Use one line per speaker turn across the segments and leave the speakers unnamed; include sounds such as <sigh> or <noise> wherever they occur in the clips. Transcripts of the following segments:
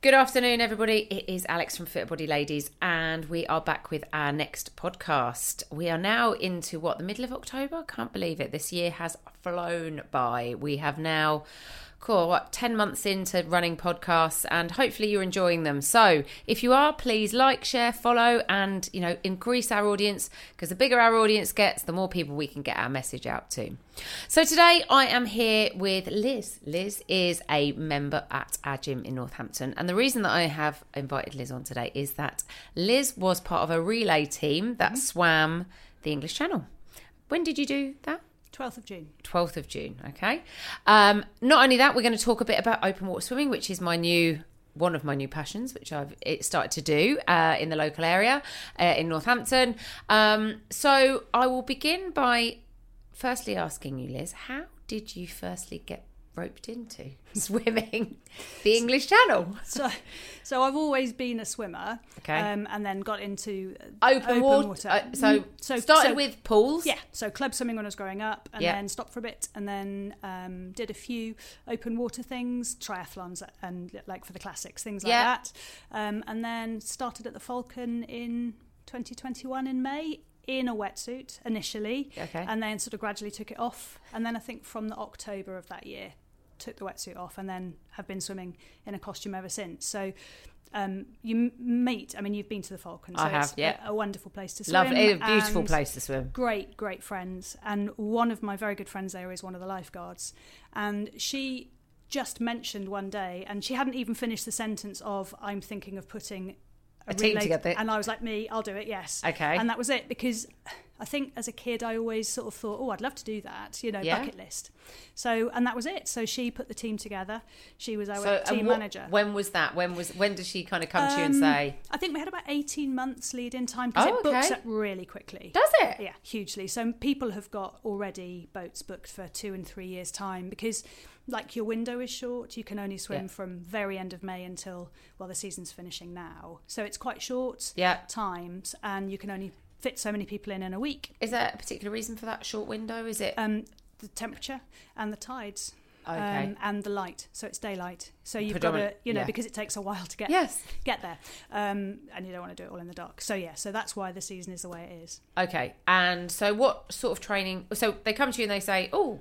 Good afternoon, everybody. It is Alex from Fit Body Ladies, and we are back with our next podcast. We are now into what, the middle of October? I can't believe it. This year has flown by. We have now, cool, what, 10 months into running podcasts, and hopefully you're enjoying them. So if you are, please like, share, follow, and, you know, increase our audience because the bigger our audience gets, the more people we can get our message out to. So today I am here with Liz. Liz is a member at our gym in Northampton. And the reason that I have invited Liz on today is that Liz was part of a relay team that swam the English Channel. When did you do that?
12th of June.
12th of June. Okay. Um, not only that, we're going to talk a bit about open water swimming, which is my new one of my new passions, which I've it started to do uh, in the local area uh, in Northampton. Um, so I will begin by firstly asking you, Liz, how did you firstly get roped into <laughs> swimming the English Channel?
So, <laughs> so I've always been a swimmer.
Okay.
Um, and then got into Mm,
Open, water. uh, so,
So-
started
so-
with pools.
yeah, so club swimming when I was growing up, and
Yeah.
then stopped for a bit, and then um, did a few open water things, triathlons, and like for the classics, things like
Yeah.
that. Um, and then started at the Falcon in 2021 in May in a wetsuit initially,
Okay.
and then sort of gradually took it off. And then I think from the October of that year, took the wetsuit off, and then have been swimming in a costume ever since. So. Um, you m- meet. I mean, you've been to the Falcon. So
I have,
It's a-
yeah.
A, wonderful place to swim.
Lovely, it's a eh, beautiful
and-
place to swim.
great, great friends. And one of my very good friends there is one of the lifeguards. And she just mentioned one day, and she hadn't even finished the sentence of, I'm thinking of putting
A team
relay-"
together.
And I was like, Me, I'll do it, yes.
Okay.
And that was it, because I think as a kid, I always sort of thought, Oh, I'd love to do that, you know,
Yeah.
bucket list. So, and that was it. So she put the team together. She was our
So, and
team
what-
manager.
When was that? When was when did she kind of come to you and
Um,
say,
I think we had about 18 months lead in time because
Oh,
it books
okay.
up really quickly.
"Does it?"
Yeah, hugely. So people have got already boats booked for two and three years' time because, like, your window is short. You can only swim
Yeah.
from very end of May until well, the season's finishing now. So it's quite short
Yeah.
times, and you can only fit so many people in in a week.
Is there a particular reason for that short window? Is it
Um, the temperature and the tides.
Okay.
Um, and the light, so it's daylight. So you've got to,
Predominant-
you know,
yeah.
because it takes a while to get
yes?
get there, um, and you don't want to do it all in the dark. So yeah, so that's why the season is the way it is.
Okay. And so, what sort of training? So they come to you and they say, "Oh,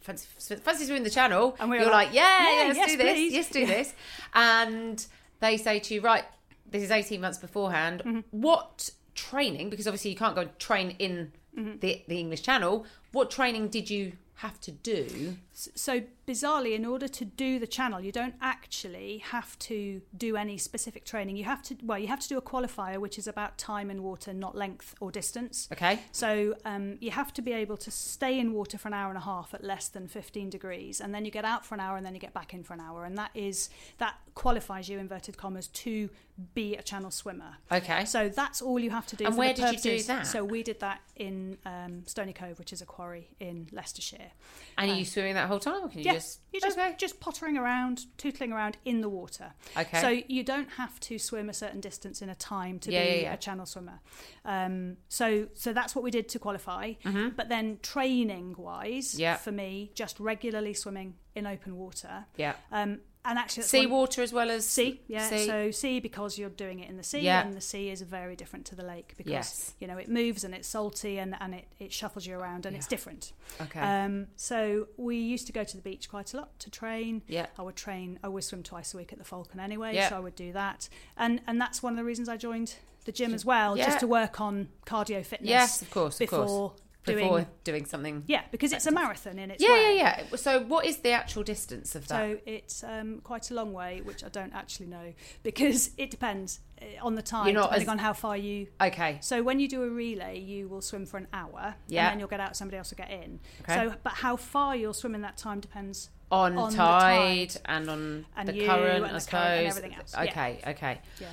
fancy, fancy doing the channel,"
And we were
you're
like,
like, "Yeah,
"Yeah,
yeah, let's
yes,
do this.
please."
Yes, do this." And they say to you, "Right, this is 18 months beforehand.
Mm-hmm.
What training? Because obviously you can't go and train in
Mm-hmm.
the the English Channel. What training did you have to do?"
so bizarrely in order to do the channel you don't actually have to do any specific training you have to well you have to do a qualifier which is about time in water not length or distance
Okay.
so um, you have to be able to stay in water for an hour and a half at less than 15 degrees and then you get out for an hour and then you get back in for an hour and that is that qualifies you inverted commas to be a channel swimmer
Okay.
so that's all you have to do.
And
for
where
the
did you do
purposes-
that?
So we did that in um, Stony Cove, which is a quarry in Leicestershire.
And are you swimming that whole time, or can you
Yeah,
just?
you're just
okay.
just pottering around, tootling around in the water.
Okay.
So you don't have to swim a certain distance in a time to
Yeah,
be
yeah, yeah.
a channel swimmer. Um, so so that's what we did to qualify. But then training wise,
Mm-hmm. Yeah.
for me, just regularly swimming in open water.
yeah.
Um, and actually, that's
Sea
one-
water as well as
Sea, yeah.
Sea.
So sea because you're doing it in the sea,
Yeah.
and the sea is very different to the lake because
Yes.
you know it moves and it's salty and, and it, it shuffles you around and it's different.
okay.
Um, so we used to go to the beach quite a lot to train.
Yeah.
I would train. I would swim twice a week at the Falcon anyway,
Yeah.
so I would do that. And and that's one of the reasons I joined the gym as well, just
Yeah.
to work on cardio fitness.
yes, of course, of course.
before doing.
before doing something.
yeah, because it's a marathon in its
Yeah,
way.
yeah, yeah. So, what is the actual distance of that?
So it's um, quite a long way, which I don't actually know <laughs> because it depends uh, on the time,
You're not
depending
as-
on how far you.
okay,
So when you do a relay, you will swim for an hour,
Yeah.
and then you'll get out. Somebody else will get in.
Okay.
So, but how far you'll swim in that time depends.
on,
on the
tide,
tide.
and on
And
the
you
current, I
and the
suppose.
current and everything else. Yeah.
Okay, okay.
Yeah.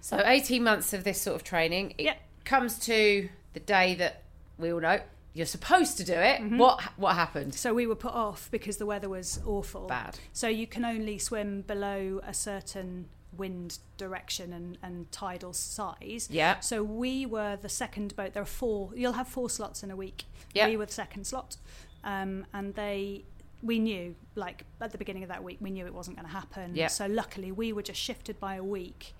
So, eighteen months of this sort of training. It
Yep.
comes to the day that we all know you're supposed to do it.
Mm-hmm.
What what happened?
So we were put off because the weather was awful.
Bad.
So you can only swim below a certain wind direction and, and tidal size.
Yeah.
So we were the second boat. There are four. You'll have four slots in a week.
Yeah.
We were the second slot, um, and they we knew like at the beginning of that week we knew it wasn't going to happen
Yeah.
so luckily we were just shifted by a week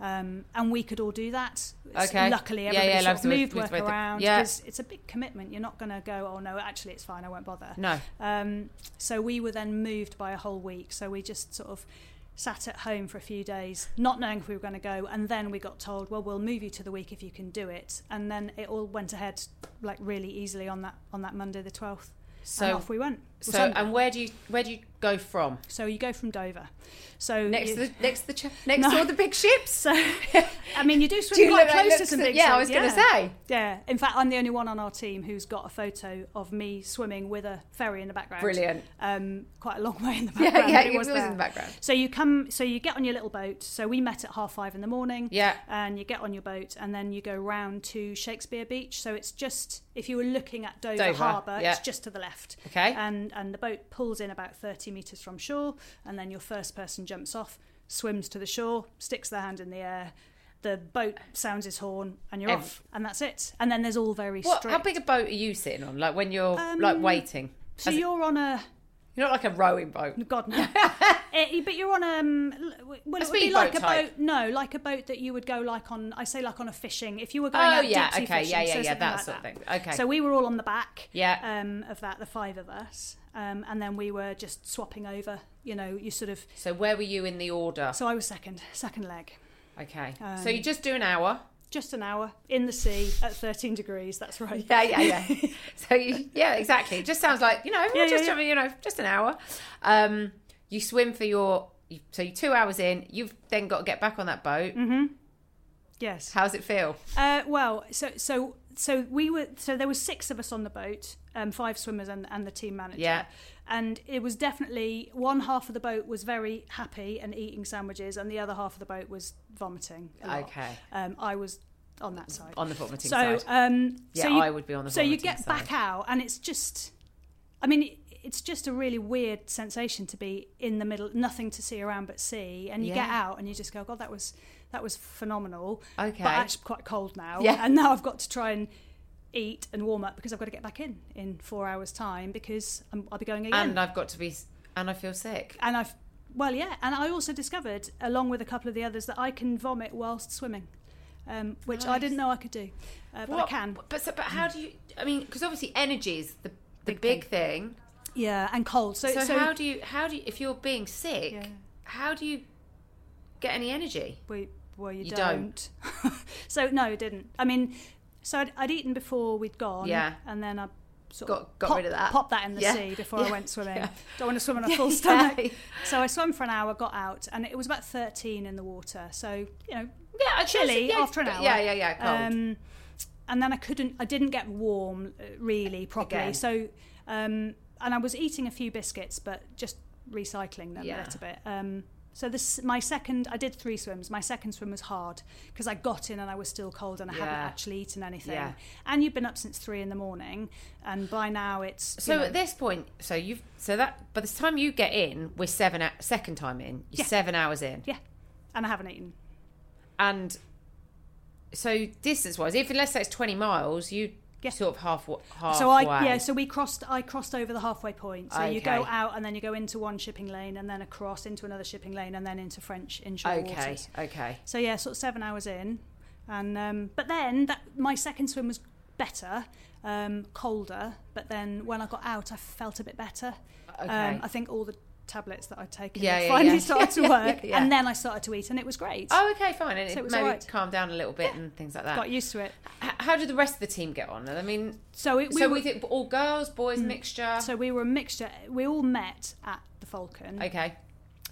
um, and we could all do that
Okay.
luckily
Yeah,
everybody
yeah,
sort
loves
of
the-
moved
with-
work
with the-
around
yeah.
because it's a big commitment you're not going to go oh no actually it's fine i won't bother
No.
um, so we were then moved by a whole week. So we just sort of sat at home for a few days, not knowing if we were going to go. And then we got told, well, we'll move you to the week if you can do it. And then it all went ahead like really easily on that on that Monday the twelfth. and
So
off we went.
so um,
Sunday.
and where do you where do you go from?
so you go from Dover. So
Next
you, <laughs>
to the next to the ch- next
No.
to all the big ships.
so I mean
<laughs>
you do
Do
swim
you
quite
look like-
close to
look-
some big
Yeah, I
stuff,
was going to say.
Yeah. In fact I'm the only one on our team who's got a photo of me swimming with a ferry in the background.
Brilliant.
Um quite a long way in the background.
<laughs> Yeah, yeah,
but
it was
there.
in the background.
So you come, so you get on your little boat. So we met at half five in the morning.
Yeah.
And you get on your boat, and then you go round to Shakespeare Beach. So it's just if you were looking at Dover,
Dover,
Harbour,
yeah.
it's just to the left.
Okay.
And and the boat pulls in about thirty meters from shore, and then your first person jumps off, swims to the shore, sticks their hand in the air. The boat sounds his horn, and you're
Ev-
off, and that's it. And then there's all very
What?
strict.
How big a boat are you sitting on? Like when you're
Um,
like waiting?
so
As-
you're on a
you're not like a rowing boat.
God
<laughs>
no. Eh, but you're on um, l-
A
well, it would be
speedboat
like a
type.
boat. No, like a boat that you would go like on. I say like on a fishing. If you were going
Oh
out
yeah,
deep sea
okay,
fishing,
yeah, yeah,
so
yeah,
something
that
like
sort of
that.
thing. Okay,
So we were all on the back.
yeah.
Um, of that, the five of us, um, and then we were just swapping over. You know, you sort of.
So where were you in the order?
So I was second, second leg,
Okay, so
um,
you just do an hour.
just an hour in the sea at 13 degrees. That's right.
Yeah, yeah,
<laughs>
yeah. so you, yeah, exactly. It just sounds like you know,
Yeah,
just
yeah,
you know, just an hour. Um, you swim for your you- so you're two hours in. You've then got to get back on that boat.
Mm-hmm. Yes.
How's it feel?
Uh, well, so so so we were so there were six of us on the boat, um, five swimmers and, and the team manager.
Yeah.
And it was definitely one half of the boat was very happy and eating sandwiches, and the other half of the boat was vomiting. a lot.
Okay,
Um, I was on that side.
on the vomiting
so
side.
um,
Yeah,
so you,
I would be on the.
so you
vomiting
get
side.
back out, and it's just, I mean. It, it's just a really weird sensation to be in the middle, nothing to see around but sea, and you get
Yeah.
out and you just go, "God, that was that was phenomenal."
Okay.
but actually quite cold now.
Yeah.
And now I've got to try and eat and warm up because I've got to get back in in four hours' time because I'm, I'll be going again.
and I've got to be, s- and I feel sick.
And I've, well, yeah. And I also discovered, along with a couple of the others, that I can vomit whilst swimming, um, which I
Nice.
didn't know I could do, uh, but I
What-
can.
But so, but how do you? I mean, because obviously energy is the the big,
Big
thing.
Yeah, and cold. So,
So,
so
how do you? How do you? If you're being sick,
Yeah.
how do you get any energy?
we, well, you,
You
don't. <laughs> so no, it didn't. I mean, so I'd, I'd eaten before we'd gone.
Yeah.
And then I. Sort
Got-
of
got
pop-
rid of that.
Popped that in the
Yeah.
sea
<laughs>
before
Yeah.
I went
<laughs>
swimming.
Yeah.
Don't want to swim on a full stomach.
Yeah,
So I swam for an hour, got out, and it was about 13 in the water. So, you know,
I guess,
Chilly
yeah,
after an
but-
hour.
Yeah, yeah, yeah. Cold.
um, and then I couldn't, I didn't get warm uh, really properly.
Again.
So, um, and I was eating a few biscuits, but just recycling them
Yeah.
a little bit. Um, so this, my second, I did three swims. My second swim was hard because I got in and I was still cold and I hadn't
Yeah.
actually eaten anything.
Yeah.
And you've been up since three in the morning, and by now it's you
so
know,
at this point, so you've so that by the time you get in, we're seven hou- second time in. You're
Yeah.
seven hours in,
yeah, and I haven't eaten.
and so distance wise, if let's say it's twenty miles, you
Yeah.
sort of half half.
So I yeah, so we crossed I crossed over the halfway point. So you go
Okay.
out and then you go into one shipping lane and then across into another shipping lane and then into French inshore
okay,
waters.
okay.
So yeah, sort of seven hours in, and um, but then that my second swim was better, um, colder. But then when I got out, I felt a bit better.
Okay.
Um, I think all the tablets that I'd taken
Yeah, yeah,
finally
yeah. <laughs>
started to
Yeah, yeah,
work,
yeah.
and then I started to eat, and it was great.
Oh, okay, fine. And
So
it
it was
maybe
alright.
calm down a little bit and things like that.
Got used to it.
H- How did the rest of the team get on? I mean,
So it, we
so uh,
were, Mm.
was it all girls, boys, mixture?
so we were a mixture. We all met at the Falcon.
okay.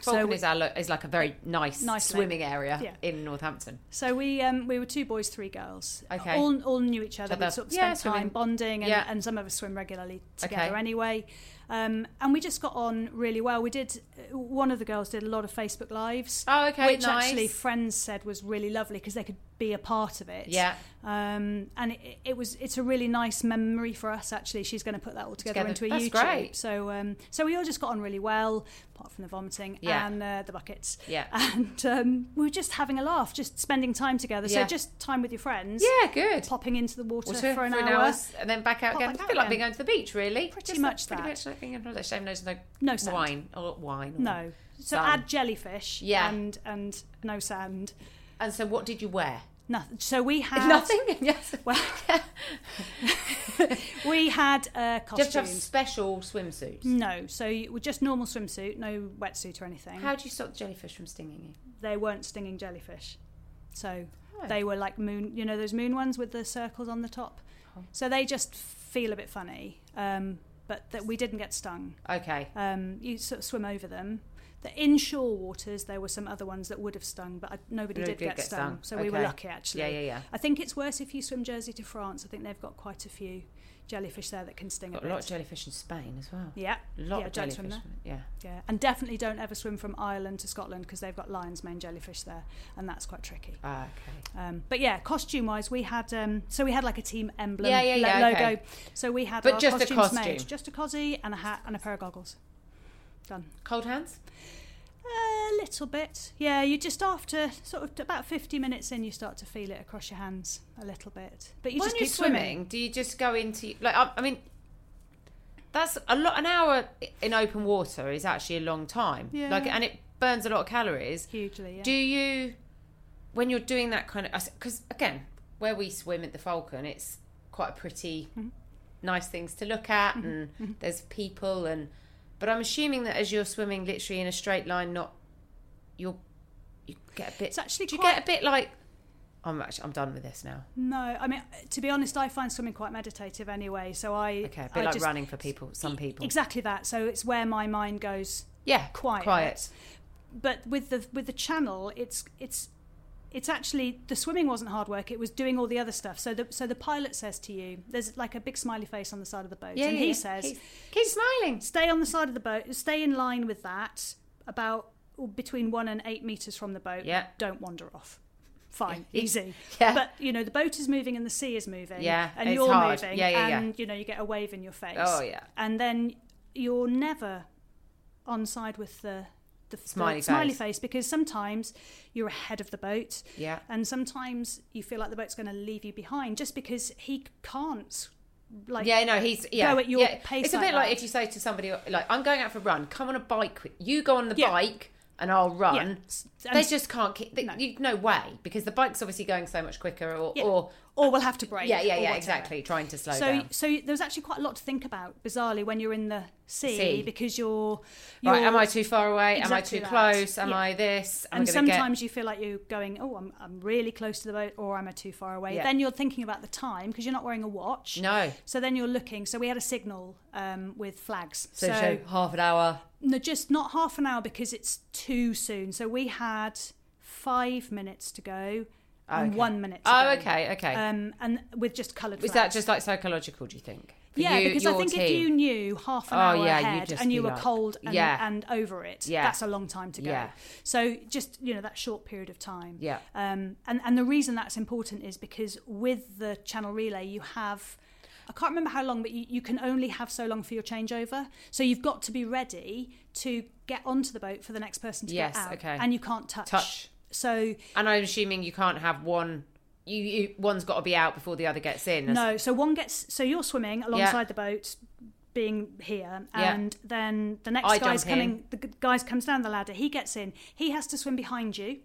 So
Falcon
we-
is, our lo- is like a very nice,
Nice
swimming area
Yeah.
in Northampton.
So we um, we were two boys, three girls.
Okay.
All, all knew each other.
So that's-
we sort of
yeah,
spent time
swimming.
bonding, and,
Yeah.
and some of us swim regularly
Okay.
together anyway. Um, and we just got on really well. We did. uh, One of the girls did a lot of Facebook lives,
Oh, okay,
which
nice.
actually friends said was really lovely because they could be a part of it.
yeah,
Um, and it, it was it's a really nice memory for us actually. She's going to put that all together,
Together.
into a
That's
YouTube.
great.
So um, so we all just got on really well, apart from the vomiting
Yeah.
and uh, the buckets
yeah,
and um, we were just having a laugh, just spending time together.
Yeah.
So just time with your friends,
yeah. Good.
popping into the water
Well,
for an hour.
and then back out
Pop
again.
back
It's a
out
bit like
again.
being going to the beach, really.
Pretty much
pretty
that.
much like- cooking and holiday? Shame there's no
No sand.
wine or wine. Or...
No. So
Sand.
add jellyfish.
Yeah.
And and no sand.
And so, what did you wear?
Nothing. So
<laughs>
we had
Nothing. Yes.
Well,
Do
we had uh,
you have to have
costumes. Mm.
special swimsuits?
No, so you, well, just normal swimsuit, no wetsuit or anything.
How do you stop the jellyfish from stinging you?
they weren't stinging jellyfish, so
Oh.
they were like moon. You know those moon ones with the circles on the top.
Oh.
So they just feel a bit funny, um, but that we didn't get stung.
Okay.
Um, you sort of swim over them. The inshore waters, there were some other ones that would have stung, but I, nobody, did, get, stung, so we were
Okay.
lucky actually.
Yeah, yeah, yeah.
I think it's worse if you swim Jersey to France. I think they've got quite a few jellyfish there that can sting
Got
a
a
bit.
lot of jellyfish in Spain as well.
yeah,
A lot
Yeah,
of
don't
jellyfish.
swim
Yeah.
yeah, and definitely don't ever swim from Ireland to Scotland because they've got lion's mane jellyfish there, and that's quite tricky.
Ah, okay.
Um, but yeah, costume-wise, we had um, so we had like a team emblem,
Yeah, yeah,
lo-
yeah,
logo.
okay.
So we had
But
our
just a
costumes made,
costume.
just a cosy and a hat and a pair of goggles. Done.
Cold hands.
A little bit. Yeah, you just after sort of about 50 minutes in, you start to feel it across your hands a little bit. But you
when
just
you're
keep
swimming, do you just go into like? um, I, I mean, that's a lot. An hour in open water is actually a long time.
Yeah.
Like, and it burns a lot of calories.
Hugely, yeah.
Do you, when you're doing that kind of, because again, where we swim at the Falcon, it's quite a pretty,
Mm-hmm.
nice things to look at, and there's people, and but I'm assuming that as you're swimming, literally in a straight line, not you'll you get a bit.
It's actually
do you
quite-
get a bit like? I'm actually I'm done with this now.
No, I mean, to be honest, I find swimming quite meditative anyway. So I.
Okay, a bit
I
like
just-
running for people. Some people.
Exactly that. So it's where my mind goes
Yeah,
quiet.
Quiet.
But with the with the channel, it's it's it's actually the swimming wasn't hard work. It was doing all the other stuff. So the so the pilot says to you, there's like a big smiley face on the side of the boat,
Yeah,
and
yeah,
he
yeah.
says,
Keep- keep smiling. <laughs>
stay on the side of the boat, stay in line with that, about between one and eight meters from the boat.
Yeah.
Don't wander off. Fine,
<laughs> Yeah.
easy.
Yeah.
But you know, the boat is moving and the sea is moving.
Yeah,
And
it's
you're
hard.
moving.
Yeah, yeah, yeah.
and you know, you get a wave in your face.
Oh, yeah.
And then you're never on side with the the the
Smiley
smiley
face.
face because sometimes you're ahead of the boat
Yeah.
and sometimes you feel like the boat's going to leave you behind just because he can't like
Yeah, no, he's yeah.
at your
yeah.
pace
It's a
like
bit like
that.
if you say to somebody like, "I'm going out for a run. Come on a bike. with- You go on the
Yeah.
bike, and I'll
yeah.
run."
And
They just can't. Keep, they,
No.
no. You, no way, because the bike's obviously going so much quicker, or
Yeah.
or
or we'll have to break.
yeah, yeah,
or
yeah,
whatever.
exactly. Trying to slow
So,
down.
so there's actually quite a lot to think about, bizarrely, when you're in the sea,
Sea.
because you're, you're
Right? Am I too far away?
Exactly
am
that.
I too close? Am
Yeah.
I this? Am
and
I gonna get-
sometimes you feel like you're going, oh, I'm, I'm really close to the boat, or I'm a too far away.
Yeah.
Then you're thinking about the time because you're not wearing a watch.
no.
So then you're looking. So we had a signal um, with flags.
So, show half an hour.
no, just not half an hour because it's too soon. So we had five minutes to go and
Okay.
one minute. To
Oh,
go.
okay, okay.
Um, and with just coloured.
Is that
flags.
just like psychological? Do you think? For
Yeah,
you-
because I
your
think if
team?
you knew half an
Oh,
hour
yeah, you'd
ahead
just
and you
be
were
like-
cold and,
Yeah.
and over it,
Yeah.
that's a long time to go.
Yeah.
So just you know that short period of time.
Yeah.
Um, and and the reason that's important is because with the channel relay you have. I can't remember how long, but you, you can only have so long for your changeover. So you've got to be ready to get onto the boat for the next person to
Yes,
get out.
okay.
And you can't touch.
Touch.
So
And I'm assuming you can't have one. You, you one's got to be out before the other gets in.
No, so one gets so you're swimming alongside the boat, being here,
Yeah.
and then the next
I
guy's
jump in.
coming. The g- guys comes down the ladder. He gets in. He has to swim behind you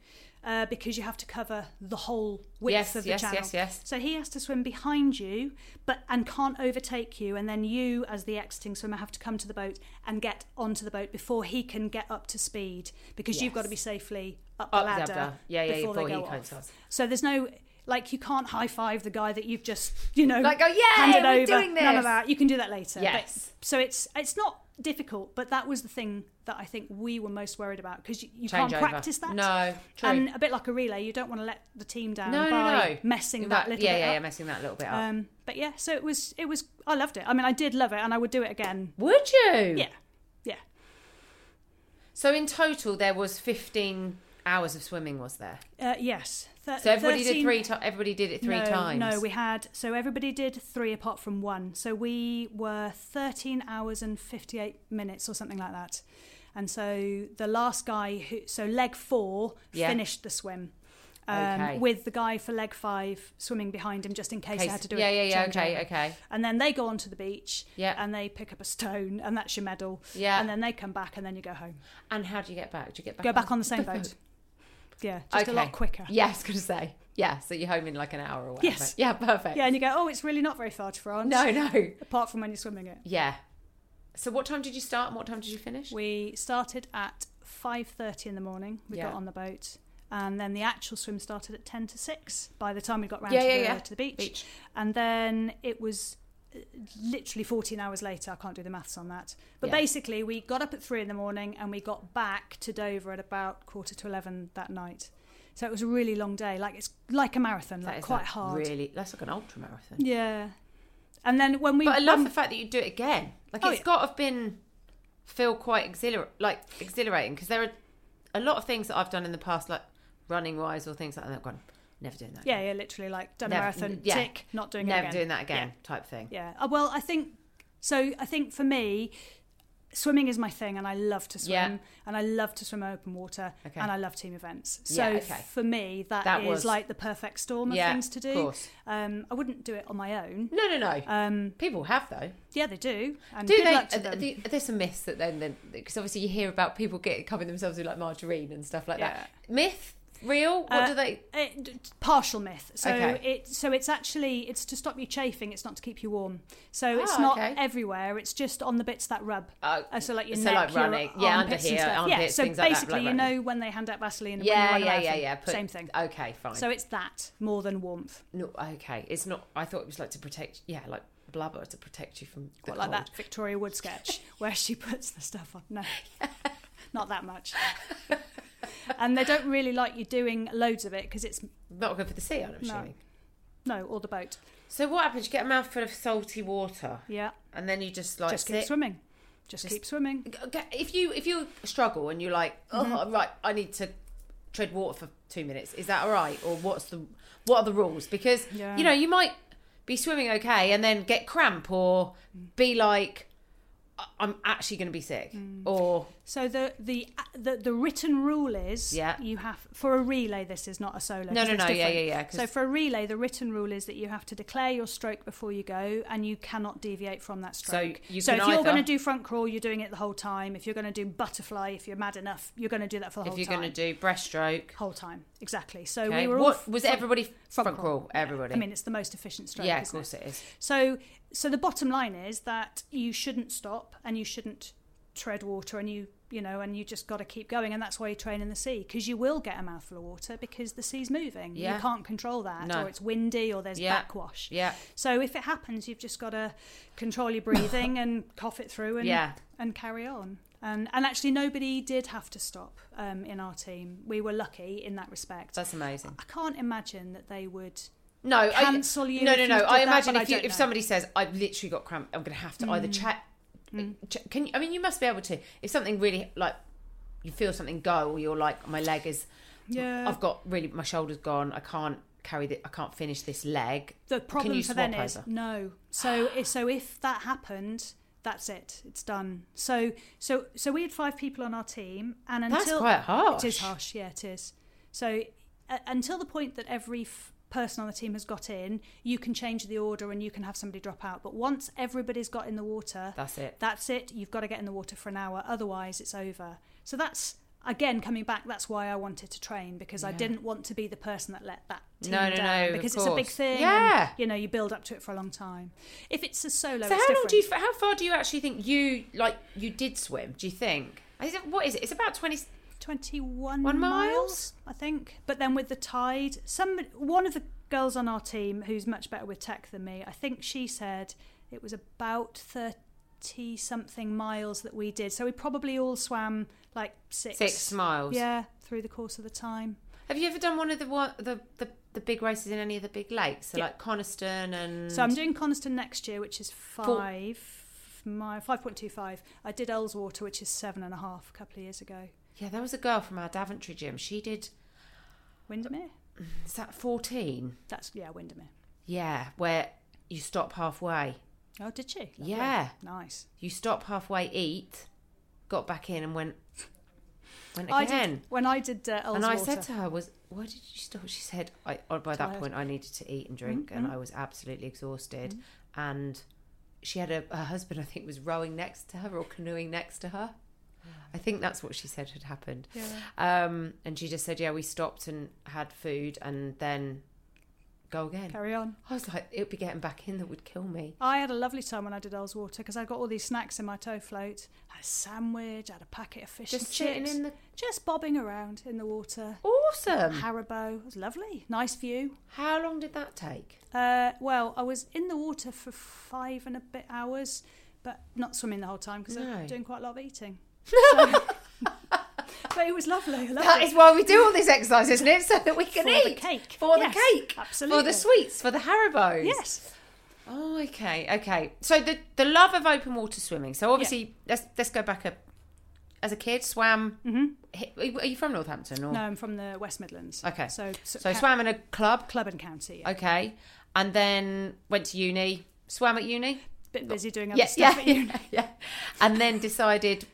uh, because you have to cover the whole width
Yes,
of the
yes,
channel.
yes, yes.
So he has to swim behind you, but and can't overtake you. And then you, as the exiting swimmer, have to come to the boat and get onto the boat before he can get up to speed because you've got to
Yes.
be safely up,
Up
the
the
ladder.
ladder. Yeah, yeah,
before,
before
they
he
go
comes
off.
off.
So there's no like you can't high five the guy that you've just you know
Like, go, "Yay,
handed
we're
over.
doing
None
this."
of that. You can do that later. But-
Yes.
so it's it's not difficult, but that was the thing that I think we were most worried about because you, you can't
Changeover.
practice that.
No, true.
And a bit like a relay, you don't want to let the team down
no, no,
by
no.
messing that,
That-
little
yeah,
bit
yeah,
up.
yeah, messing that little bit up.
Um, but yeah, so it was it was I loved it. I mean, I did love it, and I would do it again.
Would you?
Yeah, yeah.
So in total, there was 15 hours of swimming. Was there?
Uh, yes. Thir-
So everybody
13
did three. To- everybody did it three
no,
times.
No, we had so everybody did three apart from one. So we were thirteen hours and fifty-eight minutes or something like that. And so the last guy who so leg four
Yeah.
finished the swim. um,
Okay.
with the guy for leg five swimming behind him just in case, I had to do
yeah,
it.
yeah, yeah. Okay, okay.
And then they go onto the beach
Yeah.
and they pick up a stone and that's your medal.
Yeah.
And then they come back and then you go home.
And how do you get back? Do you get back?
Go back on the same boat. Yeah, just
Okay.
a lot quicker.
Yeah, I was going to say. Yeah, so you're home in like an hour or whatever.
Yes.
Yeah, perfect.
Yeah, and you go, oh, it's really not very far to France.
No, no.
Apart from when you're swimming it.
Yeah. So what time did you start and what time did you finish?
We started at 5.30 in the morning. We
Yeah.
got on the boat. And then the actual swim started at 10 to 6 by the time we got round
Yeah,
to,
yeah,
the,
yeah.
to the beach.
Beach.
And then it was uh, literally 14 hours later. I can't do the maths on that. But
Yeah.
basically, we got up at 3 in the morning and we got back to Dover at about quarter to 11 that night. So it was a really long day. Like it's like a marathon,
That
like
is
quite
like
hard.
Really, that's like an ultra marathon.
Yeah. And then when we
But I love
when-
the fact that you do it again. Like
um, Oh,
it's
yeah.
got to have been feel quite exhilar- like exhilarating because there are a lot of things that I've done in the past, like running wise or things like that. I've gone, never doing that.
Yeah, yeah, literally like done a
Never-
marathon,
yeah.
tick, not doing
never
it again.
doing that again type thing.
Yeah. Uh, well, I think so. I think for me, swimming is my thing, and I love to swim,
Yeah.
and I love to swim open water,
Okay.
and I love team events. So
Yeah, okay.
for me,
That
that is
was-
like the perfect storm of
Yeah,
things to do.
of course.
Um, I wouldn't do it on my own.
No, no, no.
Um,
People have though.
yeah, they do. And
Do
good
they?
luck to
are th-
them.
the- there's some myths that then, because obviously you hear about people get covering themselves with like margarine and stuff like that. Myth, real? What
Uh,
do they?
Uh, d- partial myth. So
Okay.
it so it's actually it's to stop you chafing. It's not to keep you warm. So it's
Ah,
not
okay.
everywhere. It's just on the bits that rub.
Oh,
Uh, so like your
so
neck,
like
your
running. Yeah, under
armpits and
here,
stuff. yeah.
armpits,
So
things like that,
basically,
like
you
running.
know when they hand out Vaseline. And
yeah,
when you
yeah,
run a
yeah,
marathon,
yeah. Put-
Same thing.
Okay, fine.
So it's that more than warmth,
No, okay. It's not. I thought it was like to protect. Yeah, like blubber to protect you from the
Quite like
cold.
that Victoria
<laughs>
Wood sketch where she puts the stuff on. No, not
<laughs>
that much. and they don't really like you doing loads of it because it's
Not good for the sea, I'm assuming.
no or the boat.
So what happens? You get a mouthful of salty water,
Yeah,
and then you just like
just keep
sit.
swimming. Just, keep swimming.
Okay, If you if you struggle and you're like, oh
Mm-hmm.
right, I need to tread water for two minutes. Is that all right? Or what's the what are the rules? Because
Yeah.
you know you might be swimming okay and then get cramp or
Mm.
be like, "I- I'm actually going to be sick. Or
So Mm. the, the uh, the the written rule is
Yeah.
you have for a relay this is not a solo.
no,
'cause
no,
it's
no, yeah,
different.
yeah, yeah. 'cause-
So for a relay the written rule is that you have to declare your stroke before you go and you cannot deviate from that stroke.
you
so
can
if you're
either-
going to do front crawl you're doing it the whole time. If you're going to do butterfly if you're mad enough you're going to do that for the
if
whole
you're
time.
going to do breaststroke,
whole time. Exactly. So
Okay.
we were all
what
f-
was
front-
everybody front,
front
crawl?
crawl?
Everybody.
I mean it's the most efficient stroke
yeah, of
isn't it?
course it is.
So, so the bottom line is that you shouldn't stop and you shouldn't tread water and you, you know, and you just got to keep going. And that's why you train in the sea because you will get a mouthful of water because the sea's moving.
Yeah.
You can't control that,
No.
or it's windy, or there's
Yeah.
backwash.
Yeah,
So if it happens, you've just got to control your breathing and <laughs> cough it through and
yeah.
and carry on. And and actually, nobody did have to stop um, in our team. We were lucky in that respect.
That's amazing.
I can't imagine that they would
No, I,
cancel you.
no,
if
no,
you
no.
did
I
that,
imagine
but
if you,
don't
if
know. Mm.
somebody says, "I've literally got cramp, I'm going to have to either chat." ch- Can you? I mean, you must be able to. If something really like you feel something go, or you're like, my leg is.
yeah,
I've got really my shoulder's gone. I can't carry the. I can't finish this leg.
the problem
you
for then
swap
is
over?
no. So i- so if that happened, that's it. It's done. So so so we had five people on our team, and
That's
until
quite harsh.
it is harsh, yeah, it is. So uh, until the point that every f- person on the team has got in, you can change the order and you can have somebody drop out. But once everybody's got in the water,
That's it.
that's it. You've got to get in the water for an hour, otherwise it's over. So that's again coming back. That's why I wanted to train because I
Yeah.
didn't want to be the person that let that team
No, no,
down
no, of
because it's a big
course.
thing.
Yeah.
and, you know, you build up to it for a long time. If it's a solo,
So
it's
how long
different.
do you? How far do you actually think you like? You did swim? Do you think? Is it, what is it? It's about twenty.
Twenty-one
One
miles,
miles?
I think. But then with the tide, some one of the girls on our team who's much better with tech than me, I think she said it was about thirty something miles that we did. So we probably all swam like
Six miles.
Yeah, through the course of the time.
Have you ever done one of the one, the, the the big races in any of the big lakes? So
Yeah.
like Coniston and
So I'm doing Coniston next year, which is five, my five point two five. I did Ellswater, which is seven and a half, a couple of years ago.
yeah, there was a girl from our Daventry gym. She did
Windermere.
is that fourteen?
That's yeah, Windermere.
Yeah, where you stop halfway.
Oh, did she? Lovely.
Yeah,
Nice.
you stop halfway, eat, got back in, and went. Went
I
again.
did when I did uh, Earl's
and I
Water.
said to her, "Was why did you stop?" She said, "I oh, by that
Tired. Mm-hmm.
point I needed to eat and drink, and I was absolutely exhausted." And she had a her husband, I think, was rowing next to her or canoeing next to her. I think that's what she said had happened.
Yeah.
Um, and she just said, "Yeah, we stopped and had food, and then go again."
Carry on.
I was like, "It would be getting back in that would kill me."
I had a lovely time when I did Earl's Water because I got all these snacks in my toe float. I had a sandwich, I had a packet of fish
Just
and
sitting
chips.
in the
Just bobbing around in the water.
awesome.
Haribo. It was lovely. Nice view.
How long did that take?
Uh, well, I was in the water for five and a bit hours, but not swimming the whole time because I
No.
was doing quite a lot
<laughs>
of eating. So- but it was lovely. I loved
That
it.
is why we do all this exercise, isn't it? <laughs> So that we can
for
eat.
the cake.
for
Yes,
the cake,
Absolutely.
for the sweets, for the Haribos.
Yes.
Oh, okay, okay. So the the love of open water swimming. So obviously, let's let's go back up. As a kid, swam. hi- Are you from Northampton or
Mm-hmm. No, I'm from the West Midlands.
Oh. Okay.
So, so,
So
ca-
swam in a club.
club and county. Yeah.
Okay, and then went to uni. Swam at uni.
bit busy doing other
Yeah,
stuff.
yeah,
at uni.
yeah, <laughs> yeah. And then decided,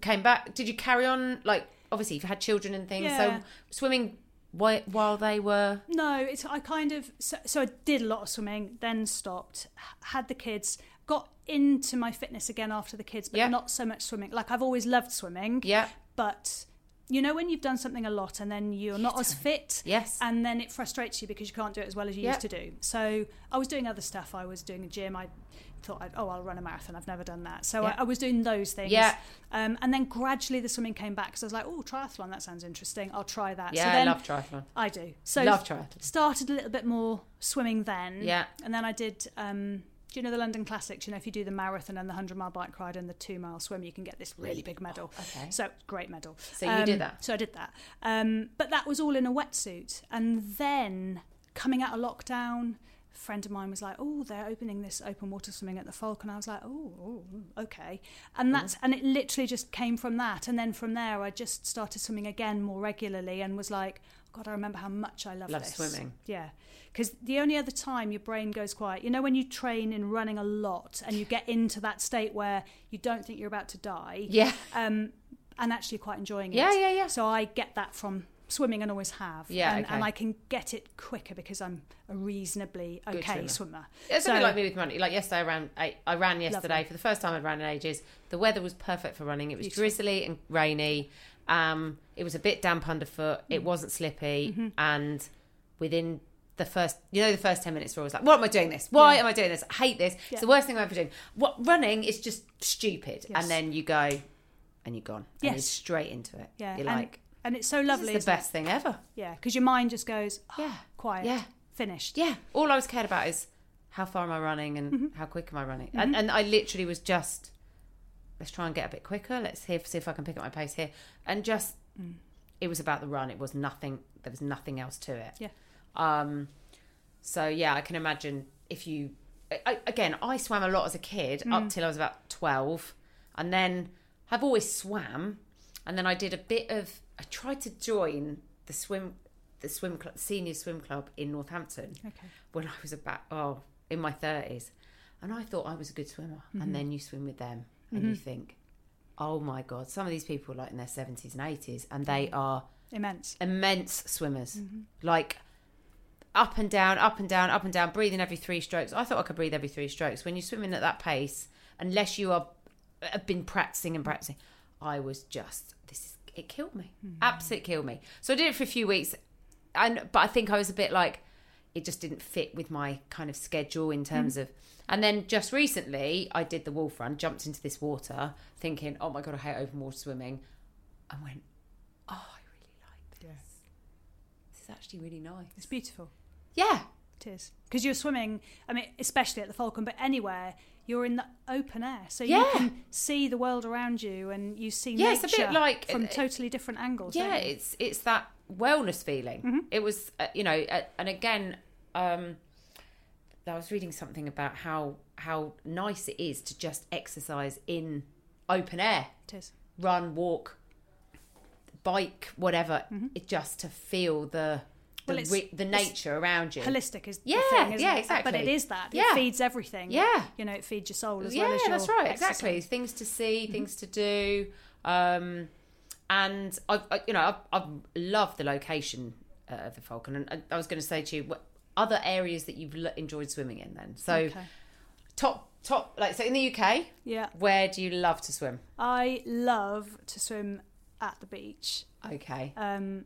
came back. Did you carry on? Like obviously, you've had children and things.
Yeah.
So swimming while, while they were.
<laughs> No, it's I kind of so, so I did a lot of swimming, then stopped, h- had the kids, got into my fitness again after the kids, but
Yeah.
not so much swimming. Like I've always loved swimming,
Yeah.
but you know when you've done something a lot and then you're not as fit.
Yes.
And then it frustrates you because you can't do it as well as you
Yeah.
used to do. So I was doing other stuff. I was doing a gym. I thought, I'd, oh, I'll run a marathon. I've never done that. So
Yeah.
I, I was doing those things.
Yeah.
Um, and then gradually the swimming came back because I was like, oh, triathlon, that sounds interesting. I'll try that.
yeah.
so then
I love triathlon.
I do. So
love triathlon.
started a little bit more swimming then.
Yeah.
And then I did. Um, do you know the London Classics? You know, if you do the marathon and the 100 mile bike ride and the two mile swim, you can get this really big medal.
Oh, okay.
So, great medal.
So you did that?
Um, So, I did that. Um, but that was all in a wetsuit. And then coming out of lockdown, a friend of mine was like, Oh, they're opening this open water swimming at the Falk. And I was like, Oh, oh, okay. And that's, and it literally just came from that. And then from there, I just started swimming again more regularly and was like, God, I remember how much I love,
Love
this.
swimming.
Yeah, because the only other time your brain goes quiet, you know, when you train in running a lot and you get into that state where you don't think you're about to die,
Yeah.
um, and actually quite enjoying it.
Yeah, yeah, yeah.
So I get that from swimming and always have.
Yeah,
and,
okay.
and I can get it quicker because I'm a reasonably
Good
okay
swimmer.
swimmer.
It's something
So-
like me with running. Like yesterday, I ran. I, I ran yesterday
Lovely.
for the first time I'd ran in ages. The weather was perfect for running. It was
Beautiful.
drizzly and rainy. Um, it was a bit damp underfoot. It
Mm.
wasn't slippy,
Mm-hmm.
and within the first, you know, the first ten minutes, we're always like, "What am I doing this? Why
Yeah.
am I doing this? I hate this.
Yeah.
It's the worst thing I've ever done." What running is just stupid,
Yes.
and then you go, and you're gone. And you're
Yes.
straight into it.
Yeah,
you're
and,
like,
and it's so
"This
lovely.
is the
isn't it?
best thing ever."
Yeah, because your mind just goes "Ah,
Yeah.
quiet,
Yeah.
finished.
Yeah. All I was cared about is how far am I running and how quick am I running. And, and I literally was just, let's try and get a bit quicker. Let's see if, see if I can pick up my pace here. And just, it was about the run. It was nothing, there was nothing else to it.
Yeah.
Um, so yeah, I can imagine if you, I- I, again, I swam a lot as a kid up till I was about 12 and then I've always swam. And then I did a bit of, I tried to join the swim, the swim club, senior swim club in Northampton
Okay.
when I was about oh in my thirties, and I thought I was a good swimmer. And then you swim with them, and you think, oh my god, some of these people are like in their seventies and eighties, and they are
Immense.
immense swimmers, like up and down, up and down, up and down, breathing every three strokes. I thought I could breathe every three strokes. When you're swimming at that pace, unless you are have been practicing and practicing, I was just this is it killed me, absolutely killed me. So I did it for a few weeks, and but I think I was a bit like it just didn't fit with my kind of schedule in terms of. And then just recently, I did the wolf run, jumped into this water, thinking, "Oh my god, I hate open water swimming," and went, "Oh, I really like this.
Yeah.
This is actually really nice."
It's beautiful.
Yeah,
It is because you're swimming. I mean, especially at the Falcon, but anywhere you're in the open air, so you
Yeah.
can see the world around you, and you see
Yeah, it's
nature
a bit like-
from
it-
totally different angles.
yeah,
don't you?
it's it's that wellness feeling.
Mm-hmm.
It was, uh, you know, uh, and again, um, I was reading something about how how nice it is to just exercise in open air.
it is.
run, walk, bike, whatever, it just to feel the the,
Mm-hmm. Well, it's-
re- the
it's
nature around you.
Holistic is
Yeah,
the thing, isn't
yeah,
it? Uh, But it
exactly.
is that
Yeah.
it feeds everything.
Yeah.
you know, it feeds your Mm-hmm. soul as
yeah,
well as your.
that's right.
exercise.
Exactly. Things to see, things to do. Um, and I, I you know, I, I love the location uh, of the Falcon, and I, I was going to say to you, what other areas that you've l- enjoyed swimming in? Then, so
Okay.
top top like so in the UK,
Yeah.
where do you love to swim?
I love to swim at the beach
Okay,
um,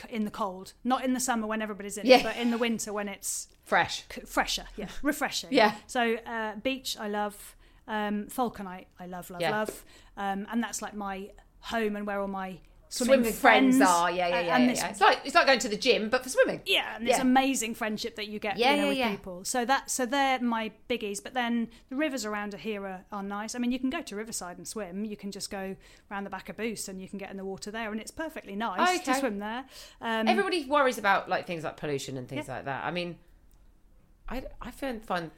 c- in the cold, not in the summer when everybody's in
Yeah.
it, but in the winter when it's
fresh.
c- fresher,
<laughs>
yeah, refreshing.
Yeah.
So uh, beach, I love. Um, Falcon, I, I love, love,
Yeah.
love. Um, and that's like my home and where all my swimming,
Swimming friends, are yeah yeah
uh,
yeah,
and
yeah,
this
yeah. It's like it's like going to the gym but for swimming.
yeah and this
Yeah.
amazing friendship that you get
Yeah,
you know,
yeah,
with
yeah.
people so that so they're my biggies but then the rivers around here are, are nice i mean you can go to riverside and swim you can just go round the back of boost and you can get in the water there and it's perfectly nice to
Okay.
swim there um,
Everybody worries about like things like pollution and things like that. I mean, I I find find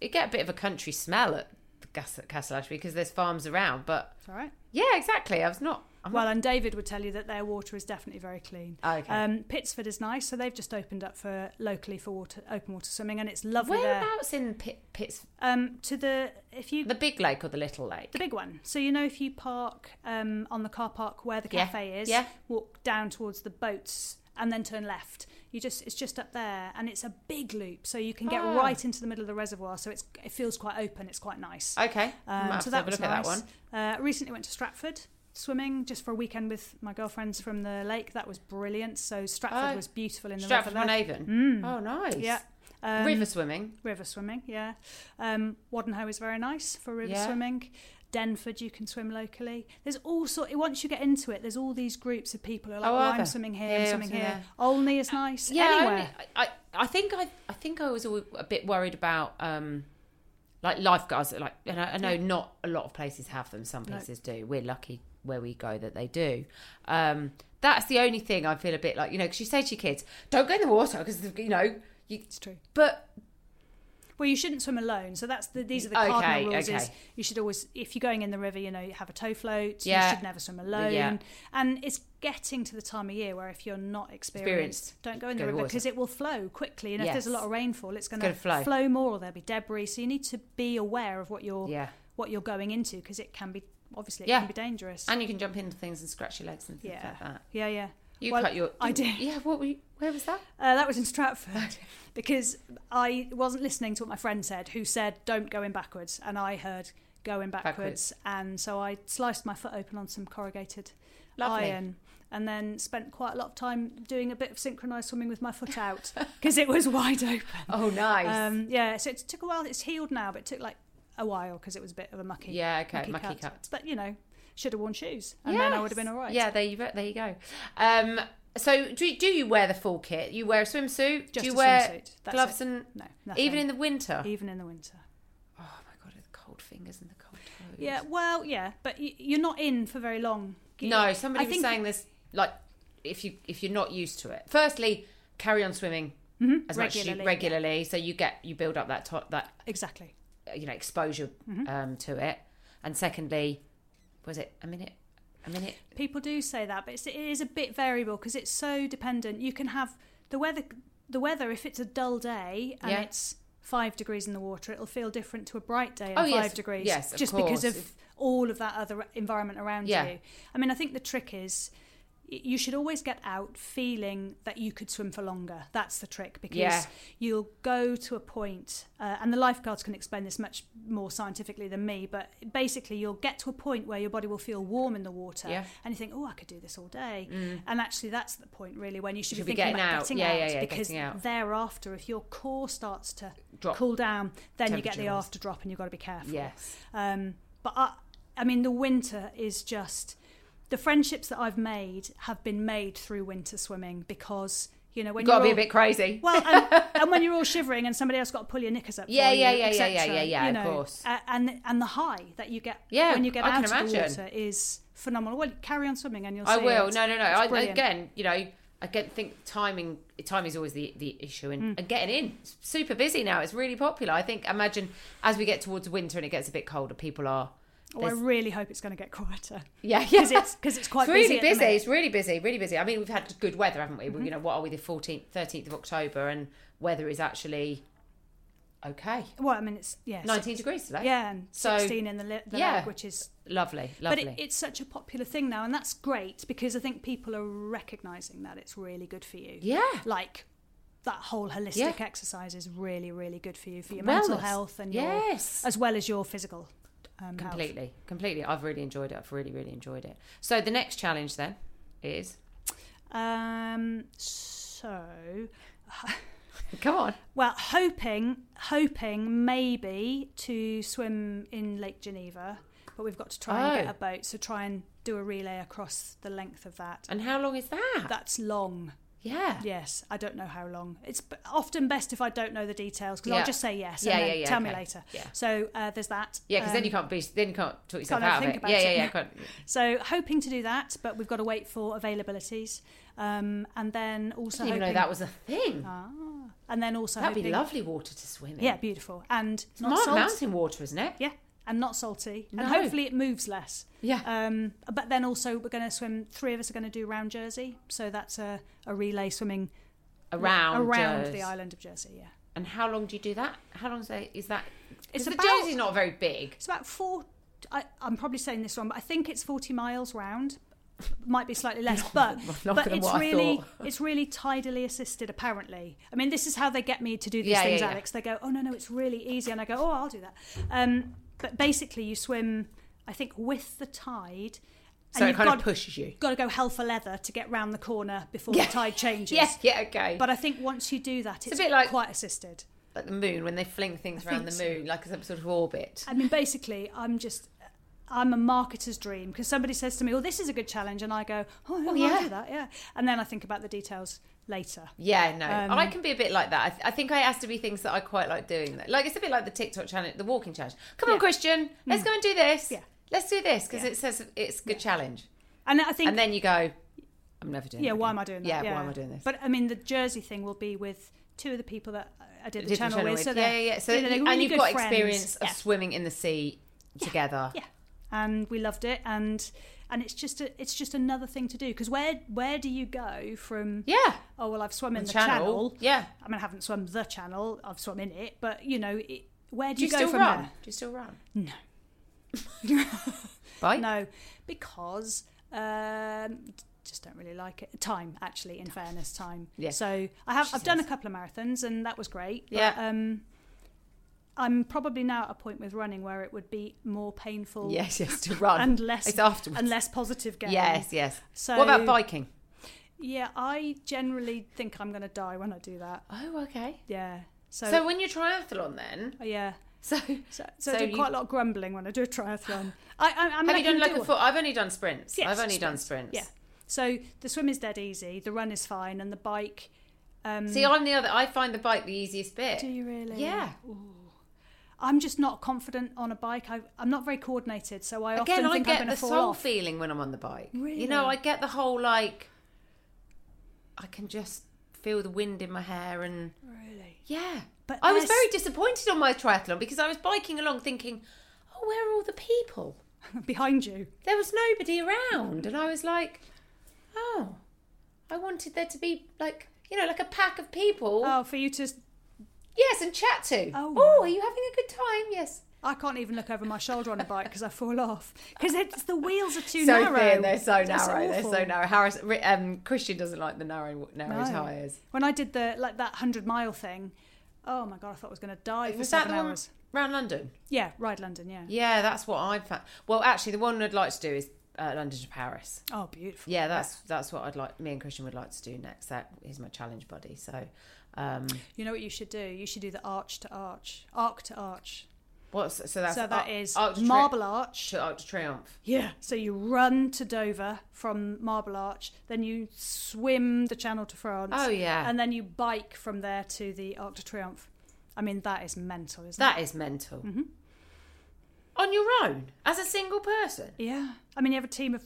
you get a bit of a country smell at the Gas- Castle Ashby because there's farms around, but
it's all right
yeah, exactly. I was not. I'm
well and david would tell you that their water is definitely very clean
not okay.
um, Pittsford is nice, so they've just opened up for locally for water, open water swimming, and it's lovely there.
Whereabouts in Pit, Pitts?
Um, to the if you
The big lake or the little lake?
The big one. So you know, if you park um, on the car park where the
Yeah.
cafe is,
Yeah.
walk down towards the boats and then turn left. You just it's just up there, and it's a big loop, so you can get
Ah.
right into the middle of the reservoir. So it's it feels quite open. It's quite nice.
Okay. I might
Um,
have
so
to have a
that was
look
nice.
at that one.
Uh, recently went to Stratford swimming just for a weekend with my girlfriends from the lake. That was brilliant. So Stratford
Oh.
was beautiful in the
Stratford Oh,
river.
on
there.
Avon. Oh, nice.
Yeah. Um,
River swimming.
river swimming yeah um, waddenhoe is very nice for river
Yeah.
swimming denford you can swim locally there's all sort once you get into it there's all these groups of people who are like
Oh,
oh,
are
i'm
there?
swimming here
Yeah,
i'm
I'm
swimming
swimming
here
there.
olney is nice
Yeah. I
anywhere
only- I, I I think I I think I was always a bit worried about um like lifeguards like and I, I know not a lot of places have them. Some
No.
places do. We're lucky where we go that they do. Um, that's the only thing I feel a bit like you know because you say to your kids, don't go in the water because you know you.
it's true
But
well you shouldn't swim alone so that's the these are the cardinal
Okay,
rules is
okay.
you should always if you're going in the river you know you have a toe float
Yeah.
you should never swim alone and it's getting to the time of year where if you're not experienced,
Experienced,
don't go in
go
the river
water.
because it will flow quickly and if there's a
Yes.
lot of rainfall it's going to
gonna flow.
more or there'll be debris so you need to be aware of what you're
yeah,
what you're going into because it can be obviously it
Yeah.
can be dangerous.
and you can jump into things and scratch your legs and things
Yeah.
like that.
yeah, yeah.
You
Well,
cut your.
I did.
Yeah. What were you, Where was
<laughs>
that?
Uh, that was in Stratford <laughs> because I wasn't listening to what my friend said, who said don't go in backwards, and I heard going backwards,
Backwards.
and so I sliced my foot open on some corrugated
Lovely.
iron. And then spent quite a lot of time doing a bit of synchronised swimming with my foot out <laughs> because it was wide open.
Oh, nice.
Um, yeah, so it took a while. It's healed now, but it took like a while because it was a bit of a mucky,
yeah. Okay.
mucky,
Mucky
cut.
cut.
But you know, should have worn shoes, and then I would have been all right.
Yeah, there you go- there you go. Um, so do you- do you wear the full kit? You wear a swimsuit?
Just
do you
a
wear
swimsuit. That's
gloves
it. E-
and
No, nothing.
even in the winter?
even in the winter.
Oh my god, the cold fingers and the cold toes.
Yeah, well, yeah, but y- you're not in for very long. You-
No, somebody
I
was
think-
saying this like if you if you're not used to it. Firstly, carry on swimming
Mhm,
as much as you,
regularly,
regularly so you get you build up that to- that
Exactly.
uh, you know exposure
Mm-hmm.
um, to it. And secondly, was it a minute a minute
People do say that, but it's, it is a bit variable because it's so dependent. You can have the weather. The weather, if it's a dull day and
Yeah.
it's five degrees in the water, it'll feel different to a bright day and
Oh,
five
yes,
degrees.
yes, of
just because
course.
of all of that other environment around
Yeah.
you. I mean, I think the trick is y- you should always get out feeling that you could swim for longer. That's the trick because
Yeah.
you'll go to a point, uh, and the lifeguards can explain this much more scientifically than me, but basically, you'll get to a point where your body will feel warm in the water
Yeah. Mm.
and you think, oh, I could do this all day. And actually, that's the point really when you should
You
be
should be
thinking
getting
about
out.
getting
Yeah,
out
yeah, yeah,
because
getting out.
thereafter, if your core starts to
drop?
cool down, then you get the
Temperature rise.
after drop and you've got to be careful.
Yes.
Um, but I, I mean, the winter is just the friendships that I've made have been made through winter swimming because you know when
Got to be
you're
a
all,
bit crazy.
well,
<laughs>
and, and when you're all shivering and somebody else got to pull your knickers up,
Yeah,
for you,
yeah, yeah, yeah,
etc.,
yeah, yeah, yeah,
you
of
know,
course.
a- and and the high that you get
Yeah,
when you get
I
out
can
of
imagine.
the water is phenomenal. Well, carry on swimming and you'll.
I
see
will.
it.
No, no, no.
It's
I,
brilliant.
again, you know, I get, think timing. Time is always the the issue, and,
Mm.
and getting in. It's super busy now. It's really popular. I think. Imagine as we get towards winter and it gets a bit colder, people
<laughs>
are.
Oh, I
there's-
really hope it's going to get quieter <laughs>
Yeah, yeah.
because it's because it's quite
it's really
busy. at the
busy.
minute. Mm-hmm.
It's really busy. Really busy. I mean, we've had good weather, haven't we? We You know, what are we? The fourteenth, thirteenth of October, and weather is actually Okay.
Well, I mean, it's yeah, six-
19 degrees today.
yeah, and
So-
sixteen in the, li- the
yeah.
leg, which is
Lovely, lovely.
But it, it's such a popular thing now, and that's great because I think people are recognizing that it's really good for you.
yeah.
Like that whole holistic exercise is really, really good for you for your mental
Wellness.
health and your
Yes.
as well as your physical. Um, health.
completely, completely. I've really enjoyed it. I've really, really enjoyed it. So the next challenge then is
Um, so,
come on.
well, hoping, hoping maybe to swim in Lake Geneva, but we've got to try
Oh.
and get a boat. So try and do a relay across the length of that.
And how long is that?
That's long.
yeah.
Yes, I don't know how long. It's b- often best if I don't know the details because
Yeah.
I'll just say yes.
Yeah,
and then
yeah, yeah,
Tell me
okay.
later.
Yeah.
So uh, there's that.
Yeah, because then you
Um,
can't be, then you can't talk yourself
can't
out
think
of it.
about
Yeah,
it.
yeah, yeah. Can't,
So hoping to do that, but we've got to wait for availabilities, um, and then also
didn't even know
hoping.
that was a thing.
ah, and then also
That'd be
hoping-
lovely water to swim in.
Yeah, beautiful and
It's
not
mar-
salty.
mountain water, isn't it?
Yeah, and not salty,
No.
and hopefully it moves less.
Yeah.
Um, but then also we're going to swim. Three of us are going to do round Jersey, so that's a, a relay swimming
Around
around
Jersey.
the island of Jersey. Yeah.
And how long do you do that? How long is that? Is that?
It's
It's the
about-
Jersey's not very <laughs> big.
It's about four. I, I'm probably saying this wrong, but I think it's 40 miles round. Might be
<laughs>
slightly less, but
Longer
but
than
it's
what I
really
thought.
it's really tidily assisted. Apparently, I mean, this is how they get me to do these
Yeah, yeah,
things,
yeah.
Alex. They go, oh no no, it's really easy, and I go, oh I'll do that. Um, but basically, you swim, I think, with the tide, and
So it
you've
kind
got
of pushes you.
got to go hell for leather to get round the corner before
Yeah.
the tide changes.
Yeah, yeah, okay. But
But I think once you do that, it's,
a bit like-
quite assisted.
like the moon, when they fling things
I
around the
think so.
moon, like some sort of orbit.
I mean, basically, I'm just. I'm a marketer's dream because somebody says to me, "Oh, this is a good challenge," and I go, "Oh, yeah,
yeah.
I'll do that, yeah." And then I think about the details later.
Yeah, no, Oh,
Um,
I can be a bit like that. I, th- I think I has to be things that I quite like doing. Though. Like it's a bit like the TikTok challenge, the walking challenge. Come on,
Yeah. Mm.
Christian, let's go and do this.
Yeah.
let's do this because
Yeah.
it says it's a good challenge.
And I think,
And then you go, I'm never doing.
yeah,
that
why
again.
am I doing that?
Yeah, why am I doing this?
But I mean, the Jersey thing will be with two of the people that I did the
Different
channel,
channel
with. So
yeah,
they're-
yeah, yeah. So
you know, they're
you-
really
and you've
good
got
friends.
experience of
Yeah.
swimming in the sea together.
Yeah. and we loved it. And and it's just a, it's just another thing to do because where where do you go from?
Yeah,
Oh well, I've swum in
The
the
channel. Yeah.
I mean, I haven't swum the channel. I've swum in it, but you know, it, where do,
Do you,
go
still
from
run?
there?
Do you still run?
No.
Bike?
No, because um, just don't really like it. Time, actually, in fairness, time.
Yeah.
So I have.
She
I've done a
says.
couple of marathons, and that was great.
Yeah.
Um, I'm probably now at a point with running where it would be more painful
Yes, yes, to run.
and less
it's afterwards.
and less positive gain.
Yes, yes.
So
what about biking?
Yeah, I generally think I'm going to die when I do that.
Oh, okay.
Yeah. So.
So, when you triathlon, then
yeah.
so.
So, so,
So
I do
you-
quite a lot of grumbling when I do
<sighs>
a triathlon. I, I, I'm
Have you
lucky
done
to
like
do
a
one.
full? I've only done sprints.
Yes,
I've only done sprints.
Yeah. So the swim is dead easy, the run is fine, and the bike. Um,
See, I'm the other. I find the bike the easiest bit.
do you really?
Yeah.
I'm just not confident on a bike. I, I'm not very coordinated, so I
Again,
often
I
think am
get
going
the
to fall
soul
off.
feeling when I'm on the bike. You
Really?
know, I get the whole like. I can just feel the wind in my hair and
Really?
yeah.
But
I was
there's-
very disappointed on my triathlon because I was biking along thinking, oh, where are all the people?
<laughs> behind you.
There was nobody around, and I was like, oh, I wanted there to be like you know like a pack of people.
Oh, for you to.
Yes, and chat to.
Oh,
oh,
wow.
are you having a good time? Yes.
I can't even look over my shoulder on a bike because I fall off because the wheels are too
so
narrow.
thin. They're so
It's
narrow. They're so
awful.
narrow. Harris, Ri- um, Christian doesn't like the narrow, narrow
No.
tires.
When I did the like that hundred mile thing, oh my god, I thought I was going to die for
Was that
seven
the one
hours.
round London?
Yeah, ride London. Yeah.
Yeah, that's what I've found. Well, actually, the one I'd like to do is uh, London to Paris.
Oh, beautiful.
Yeah, that's that's what I'd like. Me and Christian would like to do next. That is my challenge, buddy. So, um,
You know what you should do? You should do the arch to arch, arc to arch.
what's so that's
so that is
Arc de Tri-
marble arch.
to Arc de Triomphe.
Yeah. So you run to Dover from Marble Arch, then you swim the Channel to France.
Oh yeah,
And then you bike from there to the Arc de Triomphe. I mean, that is mental, isn't
that is mental.
Mm-hmm.
On your own, as a single person.
it? Yeah. I mean, you have a team of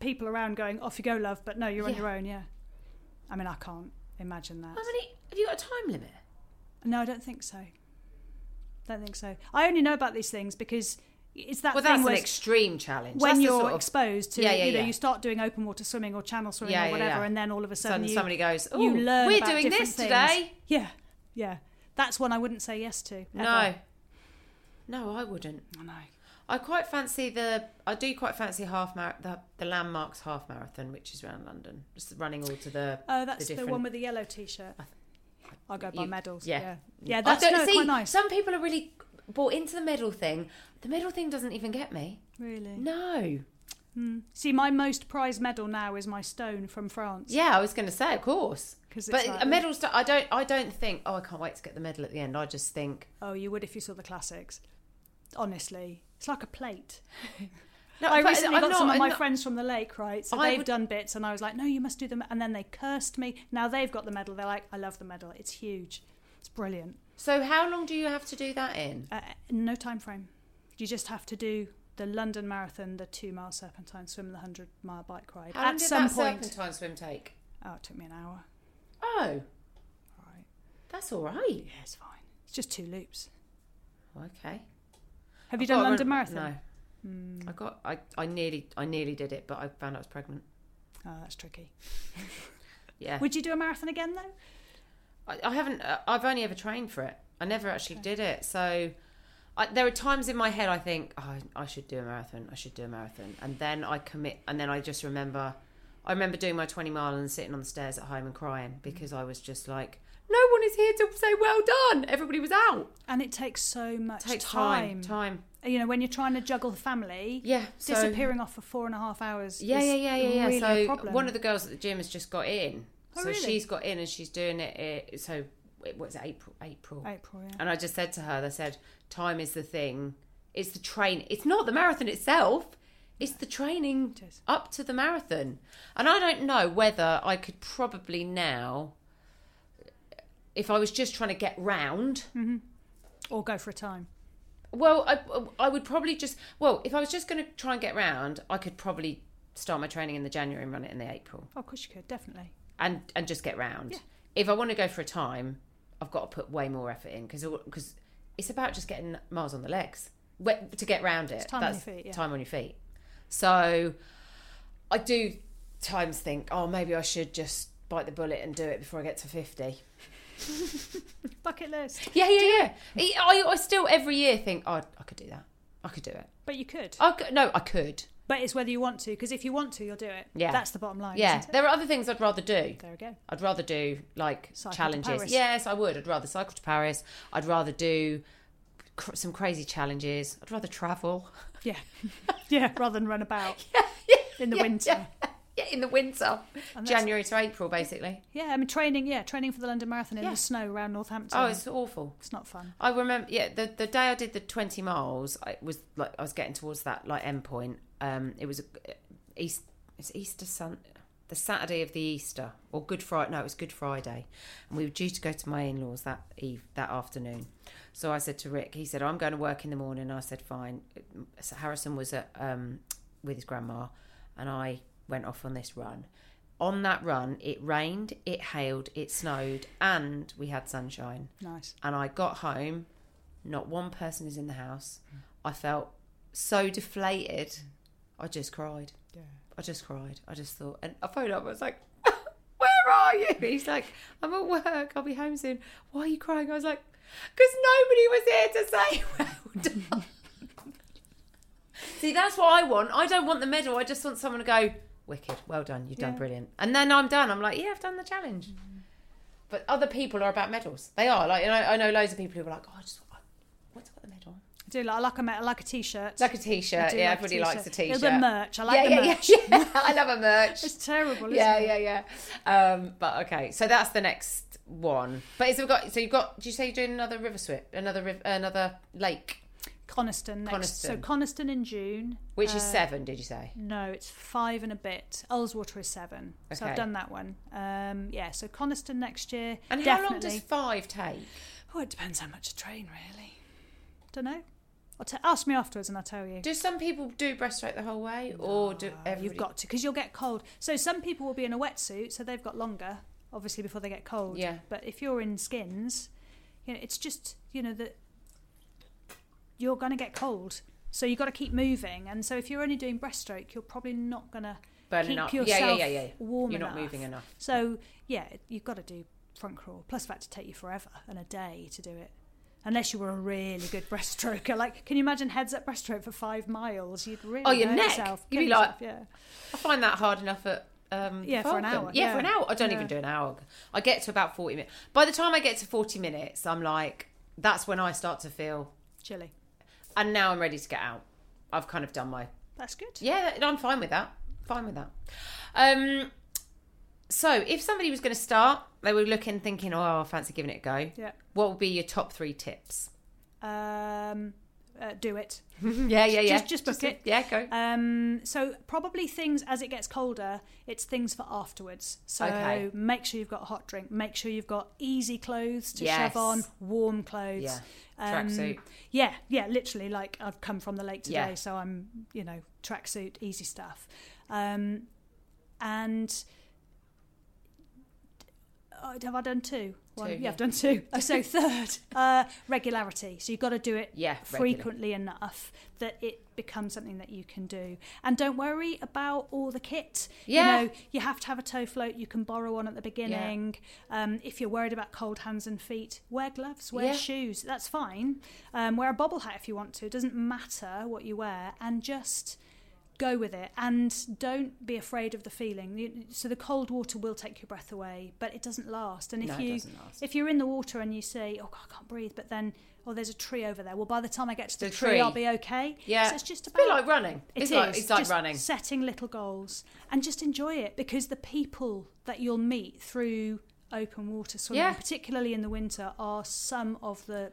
people around going, off you go, love, but no, you're on
Yeah.
your own, yeah. I mean, I can't imagine that.
How many? Have you got a time limit?
No, I don't think so. Don't think so. I only know about these things because it's that
Well,
thing
that's an
where-
extreme challenge.
when
That's the
you're
sort of-
exposed to
Yeah, yeah,
you know
yeah.
you start doing open water swimming or channel swimming
Yeah, yeah,
or whatever
yeah.
and then all of a sudden
suddenly
you,
somebody goes, oh,
you learn
we're
about
doing
different
this
things."
today.
yeah yeah That's one I wouldn't say yes to. ever.
No. No, I wouldn't.
I know.
I quite fancy the. I do quite fancy half mar- the the landmarks half marathon, which is around London. Just running all to the.
Oh, that's the,
different-
one with the yellow T-shirt. I'll go by
you-
medals.
yeah.
Yeah, yeah,
I
that's
don't-
no,
see,
quite nice.
Some people are really bought into the medal thing. The medal thing doesn't even get me.
Really.
No.
Mm. See, my most prized medal now is my stone from France.
Yeah, I was going to say, of course.
'Cause
But
it's like-
a medal, st- I don't. I don't think. Oh, I can't wait to get the medal at the end. I just think.
Oh, you would if you saw the classics. Honestly, it's like a plate.
No,
<laughs> I
but
recently
I'm
got
not-
some of
I'm
my
not-
friends from the lake, right? So
I
they've
would-
done bits, and I was like, "No, you must do them." And then they cursed me. Now they've got the medal. They're like, "I love the medal. It's huge. It's brilliant."
So how long do you have to do that in?
Uh, no time frame. You just have to do the London Marathon, the two mile serpentine swim, the hundred mile bike ride.
How
At
long did
some
that
point,
serpentine swim take?
oh, it took me an hour.
Oh,
All right.
that's all right.
Yeah, it's fine. It's just two loops.
Okay.
Have you
I've got
done
a run-
London Marathon? Hmm.
No. I got. I, I nearly. I nearly did it, but I found out I was pregnant.
Oh, that's tricky.
Yeah.
Would you do a marathon again though?
I, I haven't. Uh, I've only ever trained for it. I never actually did it. So I, there are times in my head I think oh, I should do a marathon. I should do a marathon, and then I commit, and then I just remember. I remember doing my twenty mile and sitting on the stairs at home and crying because I was just like, no one is here to say well done. Everybody was out.
And it takes so much
Take time,
time.
time.
You know, when you're trying to juggle the family,
Yeah, so-
disappearing off for four and a half hours.
Yeah,
is
yeah, yeah, yeah, yeah.
Really
so uh,
a problem.
one of the girls at the gym has just got in.
Oh,
so
really?
she's got in and she's doing it. it so it was April, April.
April, Oh, yeah.
And I just said to her, they said, time is the thing. It's the train. It's not the marathon itself. It's the training
It is.
up to the marathon. And I don't know whether I could probably now, if I was just trying to get round,
mm-hmm. Or go for a time.
well, I, I would probably just, well, if I was just going to try and get round, I could probably start my training in the January and run it in the April.
Oh, of course you could, definitely.
and and just get round.
Yeah.
If I want to go for a time, I've got to put way more effort in because because it's about just getting miles on the legs Wh- to get round it.
time on your feet, yeah.
Time on your feet. So I do times think, oh, maybe I should just bite the bullet and do it before I get to fifty.
Bucket list.
Yeah, yeah, yeah. I, I still every year think, oh, I could do that. I could do it.
But you could.
I could, no, I could.
But it's whether you want to, because if you want to, you'll do it.
Yeah.
That's the bottom line.
Yeah,
Isn't it?
there are other things I'd rather do.
There we go.
I'd rather do like
Cycle to
challenges.
Paris.
Yes, I would. I'd rather cycle to Paris. I'd rather do cr- some crazy challenges. I'd rather travel.
Yeah. <laughs> yeah. Rather than run about in
<laughs>
the
yeah,
winter.
yeah. Yeah, in the winter,
And that's-
January to April, basically.
Yeah, I mean training. Yeah, training for the London Marathon in
Yeah.
the snow around Northampton.
Oh, it's awful.
It's not fun.
I remember. Yeah, the the day I did the twenty miles, I was like, I was getting towards that like end point. Um, it was a, East. It's Easter Sun. The Saturday of the Easter or Good Friday. No, it was Good Friday, and we were due to go to my in laws that eve that afternoon. So I said to Rick, he said, "I'm going to work in the morning." I said, "Fine." So Harrison was at, um, with his grandma, and I went off on this run. On that run, it rained, it hailed, it snowed, and we had sunshine
Nice.
and I got home. Not one person is in the house. I felt so deflated. I just cried.
Yeah.
I just cried. I just thought, and I phoned up. I was like, <laughs> "Where are you?" He's like, "I'm at work. I'll be home soon." Why are you crying? I was like, "Because nobody was here to say <laughs> well done." See, that's what I want. I don't want the medal. I just want someone to go, "Wicked, well done. You've done
Yeah. Mm.
brilliant." And then I'm done. I'm like, "Yeah, I've done the challenge." But other people are about medals. They are like, and I, I know loads of people who are like, "Oh, I just, I- what's got the medal?"
I do like I like a me- I like a t-shirt.
Like a
I
t-shirt.
do
Yeah,
like
everybody likes a t-shirt.
It'll be merch. I like
yeah,
the
yeah,
merch.
yeah, yeah. <laughs> I love a merch.
It's terrible. Isn't
yeah,
it?
yeah, yeah. Um, but okay, so that's the next one. But is it got? So you've got? Did you say you're doing another river swift, another riv- another lake,
Coniston next. So
Coniston.
Coniston in June.
which is
Uh,
seven? Did you say?
No, it's five and a bit. Ullswater is seven. So
Okay.
I've done that one. Um, yeah, so Coniston next year.
And how long
definitely.
does five take?
Oh, it depends how much a train, really. Don't know. I'll t- ask me afterwards and I'll tell you.
Do some people do breaststroke the whole way, or do
Uh,
everybody?
You've got to, because you'll get cold. So some people will be in a wetsuit, so they've got longer, obviously, before they get cold.
Yeah.
But if you're in skins, you know, it's just, you know, that you're going to get cold. So you've got to keep moving. And so if you're only doing breaststroke, you're probably not going to
burning
keep
up.
yourself
yeah, yeah, yeah, yeah.
warm
You're not
enough.
moving enough.
So yeah, you've got to do front crawl. Plus, that to take you forever and a day to do it. Unless you were a really good <laughs> breaststroker, like can you imagine heads up breaststroke for five miles? You'd really
Oh, your
hurt
neck.
yourself,
You'd
kill
be like-
yourself, yeah.
I find that hard enough at um,
Yeah, for an
Falcon.
hour,
Yeah, for an
yeah.
hour. I don't
Yeah.
even do an hour. I get to about forty minutes. By the time I get to forty minutes, I'm like, that's when I start to feel,
chilly.
and now I'm ready to get out. I've kind of done my
That's good.
yeah. I'm fine with that. Fine with that. Um, so if somebody was going to start, they were looking, thinking, oh, I fancy giving it a go.
Yeah.
What would be your top three tips?
Um, uh, do it.
yeah, yeah, yeah.
<laughs> Just- just book it.
Yeah, go.
Um, so probably things as it gets colder, it's things for afterwards. So
Okay.
make sure you've got a hot drink. Make sure you've got easy clothes to
Yes.
shove on, warm clothes.
Yeah.
Um,
Tracksuit.
yeah, yeah, literally. Like I've come from the lake today,
Yeah.
so I'm, you know, tracksuit, easy stuff. Um, and oh, have I done two? One-
Two,
yeah,
yeah.
I've done two. <laughs> Oh, so third, uh, regularity. So you've got to do it
Yeah, regular.
frequently enough that it becomes something that you can do. And don't worry about all the kit.
Yeah.
You know, you have to have a toe float. You can borrow one at the beginning. Um, if you're worried about cold hands and feet, wear gloves, wear
Yeah.
shoes. That's fine. Um, wear a bobble hat if you want to. It doesn't matter what you wear. And just go with it and don't be afraid of the feeling You- so the cold water will take your breath away but it doesn't last and if
No, it
you
doesn't last.
if you're in the water and you say, "Oh God, I can't breathe," but then, "Oh, there's a tree over there." Well, by the time I get to the,
The
tree,
tree.
I'll be okay.
Yeah.
so it's just
It's a
about
bit like running.
It
it's like
is,
it's like
just
running.
setting little goals and just enjoy it because the people that you'll meet through open water swimming,
Yeah.
particularly in the winter, are some of the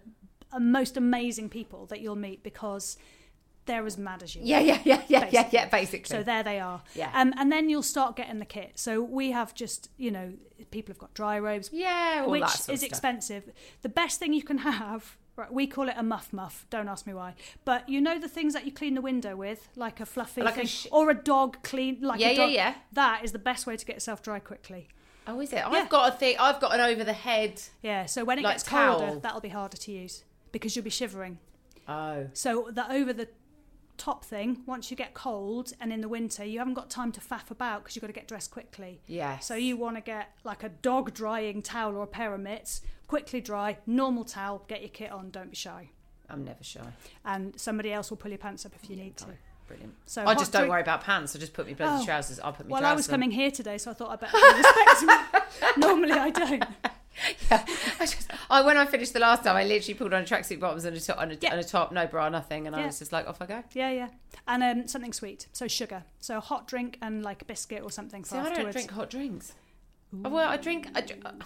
uh, most amazing people that you'll meet because they're as mad as you.
Yeah, yeah, yeah, yeah, yeah, yeah. Basically.
So there they are.
Yeah.
Um, and then you'll start getting the kit. So we have just, you know, people have got dry robes,
yeah, all
which
that sort
is
of stuff.
expensive. The best thing you can have, right, we call it a muff muff. Don't ask me why, but you know the things that you clean the window with, like a fluffy
Like a
thing,
sh-
or a dog clean, like
Yeah,
a
yeah,
dog.
yeah.
That is the best way to get yourself dry quickly.
Oh, is it?
Yeah.
I've got a thing. I've got an over the head.
Yeah. So when it
Like
gets
towel.
colder, that'll be harder to use because you'll be shivering.
Oh,
So the over the top thing, once you get cold and in the winter, you haven't got time to faff about because you've got to get dressed quickly.
yeah.
So you want to get like a dog drying towel or a pair of mitts, quickly dry, normal towel, get your kit on, don't be shy.
I'm never shy.
And somebody else will pull your pants up if you need to.
Fine. Brilliant.
So
I
hot
just don't
drink-
worry about pants. I just put my bloody
Oh.
trousers. I'll put my
Well, I was
trousers.
coming here today, so I thought I better pay respect. <laughs> Normally I don't.
I just, I Oh, when I finished the last time, I literally pulled on a tracksuit bottoms and a top, and a,
Yeah.
and a top, no bra, nothing, and I
Yeah.
was just like, off I go.
Yeah, yeah. And um, something sweet, so sugar, so a hot drink and like a biscuit or something for
See, I
afterwards.
don't drink hot drinks. Oh, Well, I drink. I, dr-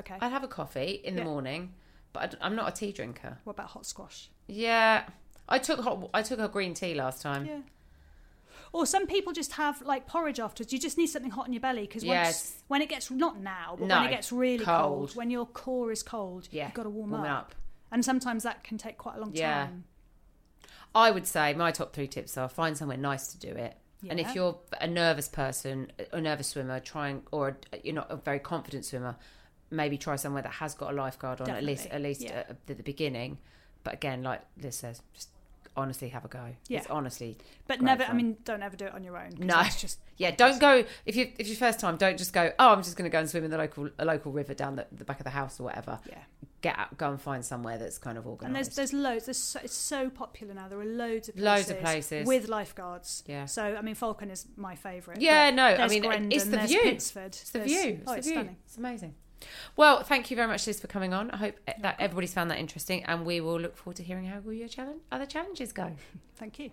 Okay.
I have a coffee in the
Yeah.
morning, but I d- I'm not a tea drinker.
what about hot squash?
Yeah, I took hot. I took a green tea last time.
Yeah. Or some people just have like porridge afterwards. You just need something hot in your belly because
Yes.
when it gets not now, but
No,
when it gets really cold.
cold.
when your core is cold,
Yeah,
you've got to warm,
warm
up.
up.
and sometimes that can take quite a long
Yeah.
time.
I would say my top three tips are find somewhere nice to do it. And
Yeah.
if you're a nervous person, a nervous swimmer, trying or a, you're not a very confident swimmer, maybe try somewhere that has got a lifeguard on at least at
Definitely,
least
yeah.
at, the beginning. But again, like Liz says, just honestly have a go.
Yeah.
It's honestly
But
Great
never, I
fun.
mean, don't ever do it on your own. 'cause
No.
that's just
yeah. Don't go if you if your first time. Don't just go. Oh, I'm just going to go and swim in the local a local river down the, the back of the house or whatever.
yeah.
Get out, go and find somewhere that's kind of organised.
And there's there's loads. There's so, it's so popular now. There are loads of places
Loads of places.
with lifeguards.
Yeah.
So I mean, Falcon is my favourite.
Yeah,
but
no, I
there's
mean,
Grendon,
it's the
there's
view.
Pittsford,
It's the
there's-
view.
Oh,
the
it's
view.
stunning.
It's amazing. Well, thank you very much, Liz, for coming on. I hope that everybody's found that interesting, and we will look forward to hearing how all your challenge, other challenges go.
Thank you.